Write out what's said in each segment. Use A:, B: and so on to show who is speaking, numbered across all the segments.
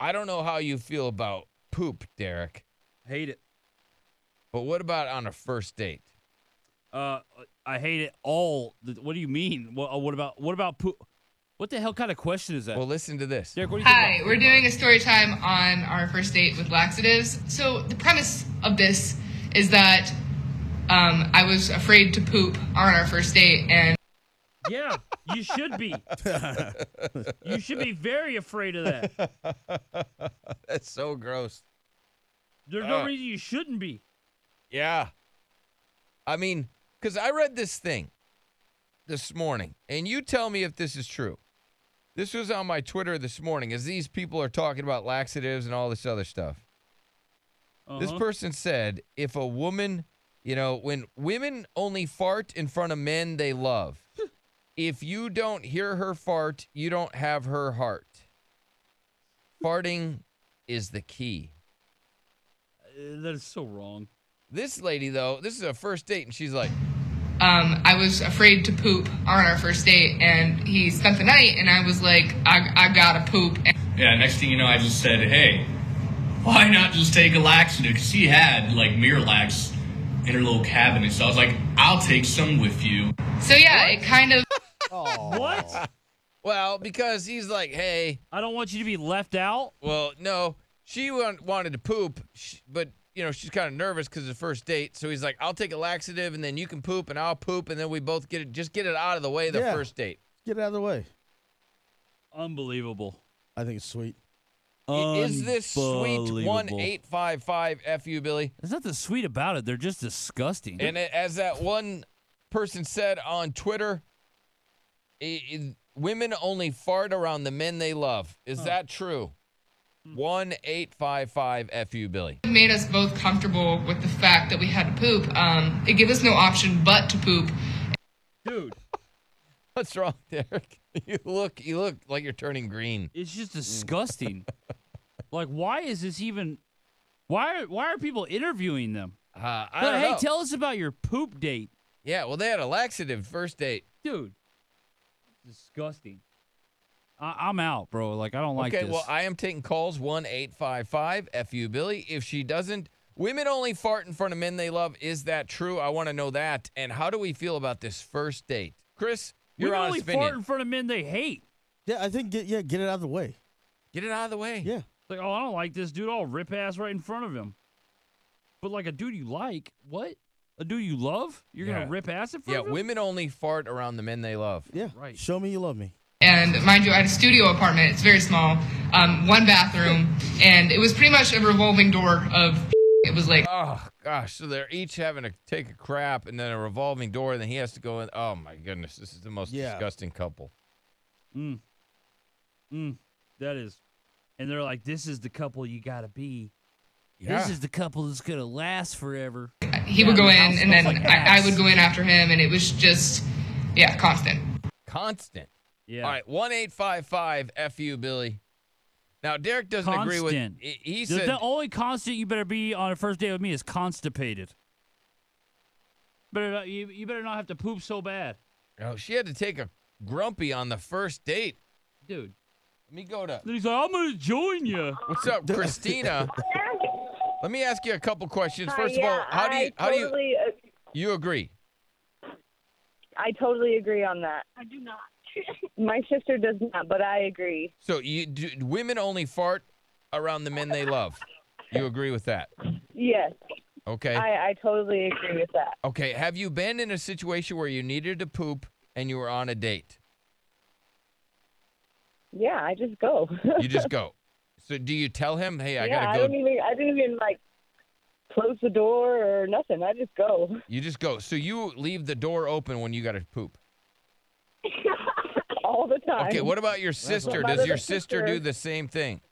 A: I don't know how you feel about poop, Derek,
B: Hate it.
A: but what about on a first date?
B: Uh, I hate it all. Th- What do you mean? What, uh, what about what about poop? What the hell kind of question is that?
A: Well, listen to this.
B: Derek, what do you think?
C: Hi, we're doing a story time on our first date with laxatives. So the premise of this is that um, I was afraid to poop on our first date, and
B: about- yeah, you should be. you should be very afraid of that.
A: That's so gross.
B: There's no
A: Uh.
B: reason you shouldn't be.
A: Yeah. I mean, because I read this thing this morning, and you tell me if this is true. This was on my Twitter this morning as these people are talking about laxatives and all this other stuff. This
B: Uh-huh.
A: person said if a woman, you know, when women only fart in front of men they love, if you don't hear her fart, you don't have her heart. Farting is the key.
B: Uh, that is so wrong.
A: This lady, though, this is a first date, and she's like,
C: um, I was afraid to poop on our first date, and he spent the night, and I was like, I, I gotta poop. And
D: Yeah, next thing you know, I just said, hey, why not just take a laxative? Because she had, like, Miralax in her little cabinet. So I was like, I'll take some with you.
C: so yeah, it kind of
B: What?
A: Well, because he's like, hey,
B: I don't want you to be left out.
A: well, no, she wan- wanted to poop, sh but you know she's kind of nervous because it's the first date. So he's like, I'll take a laxative, and then you can poop, and I'll poop, and then we both get it. Just get it out of the way the
E: Yeah.
A: first date.
E: Get it out of the way.
B: Unbelievable.
E: I think it's sweet.
A: I- Is this sweet one
B: Unbelievable.
A: eight five five fu Billy?
B: There's nothing sweet about it. They're just disgusting.
A: And it- as that one person said on Twitter, i i women only fart around the men they love. Is that true? One eight five five fu Billy.
C: made us both comfortable with the fact that we had to poop. Um, it gave us no option but to poop.
B: Dude,
A: What's wrong, Derek? You look you look like you're turning green.
B: it's just disgusting. like, why is this even? Why are why are people interviewing them?
A: Uh, I
B: Like,
A: don't
B: hey,
A: know.
B: tell us about your poop date,
A: yeah, well, they had a laxative first date.
B: dude. Disgusting. I, I'm out, bro. Like, I don't like
A: okay,
B: this.
A: well, I am taking calls one eight five five fu Billy. If she doesn't, women only fart in front of men they love. Is that true? I want to know that. And how do we feel about this first date, Chris? Your
B: Women
A: honest
B: only
A: opinion.
B: fart in front of men they hate.
E: Yeah, I think get yeah, get it out of the way.
A: Get it out of the way.
E: Yeah.
B: Like, oh, I don't like this dude. I'll rip ass right in front of him. But like a dude you like, what? A dude you love? You're
A: Yeah.
B: gonna rip ass in front
A: Yeah,
B: of him?
A: women only fart around the men they love.
E: Yeah.
B: Right.
E: Show me you love me.
C: And mind you, I had a studio apartment. It's very small, um, one bathroom, and it was pretty much a revolving door of. It was like
A: Oh gosh, so they're each having to take a crap and then a revolving door, and then he has to go in. Oh my goodness, this is the most
E: Yeah.
A: disgusting couple.
B: That is. And they're like, this is the couple you gotta be.
A: Yeah.
B: This is the couple that's gonna last forever.
C: he would go in,
B: Yeah,
C: and then
B: smells like
C: I, I
B: ass.
C: would go in after him, and it was just, yeah, constant.
A: constant.
B: Yeah.
A: All right, one eight five five fu Billy. Now Derek doesn't agree with.
B: Constant.
A: he- He
B: The,
A: said
B: the only constant you better be on a first date with me is constipated. Better not, you, you better not have to poop so bad,
A: oh, she had to take a grumpy on the first date.
B: dude.
A: Let me go to
B: Then he's like, I'm gonna join you.
A: what's up, Christina. Let me ask you a couple questions.
F: Hi,
A: First of
F: Uh, yeah,
A: all, how do you
F: I
A: how do you
F: totally, ag-
A: you agree?
F: I totally agree on that. I do not. My sister does not, but I agree.
A: So you do, women only fart around the men they love. You agree with that?
F: Yes,
A: Okay.
F: I, I totally agree with that.
A: Okay, have you been in a situation where you needed to poop and you were on a date?
F: Yeah, I just go.
A: You just go. So do you tell him, "Hey, I
F: yeah, I
A: got
F: don't
A: to go."
F: even. I didn't even like close the door or nothing. I just go.
A: You just go. So you leave the door open when you got to poop.
F: all the time.
A: Okay, what about your sister?
F: My
A: Does your
F: little
A: sister do
F: sister-
A: the same thing?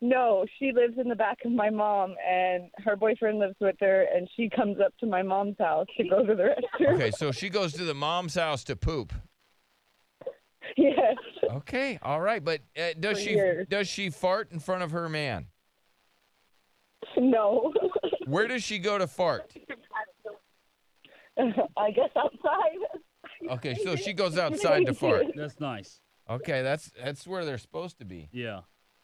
F: No, she lives in the back of my mom, and her boyfriend lives with her, and she comes up to my mom's house to go to the restroom.
A: Okay, so she goes to the mom's house to poop.
F: yes,
A: Okay, all right, but uh, does
F: For
A: she
F: years.
A: does she fart in front of her man?
F: no.
A: Where does she go to fart?
F: I guess outside.
A: Okay, so she goes outside to fart.
B: That's nice.
A: Okay, that's that's where they're supposed to be.
B: Yeah.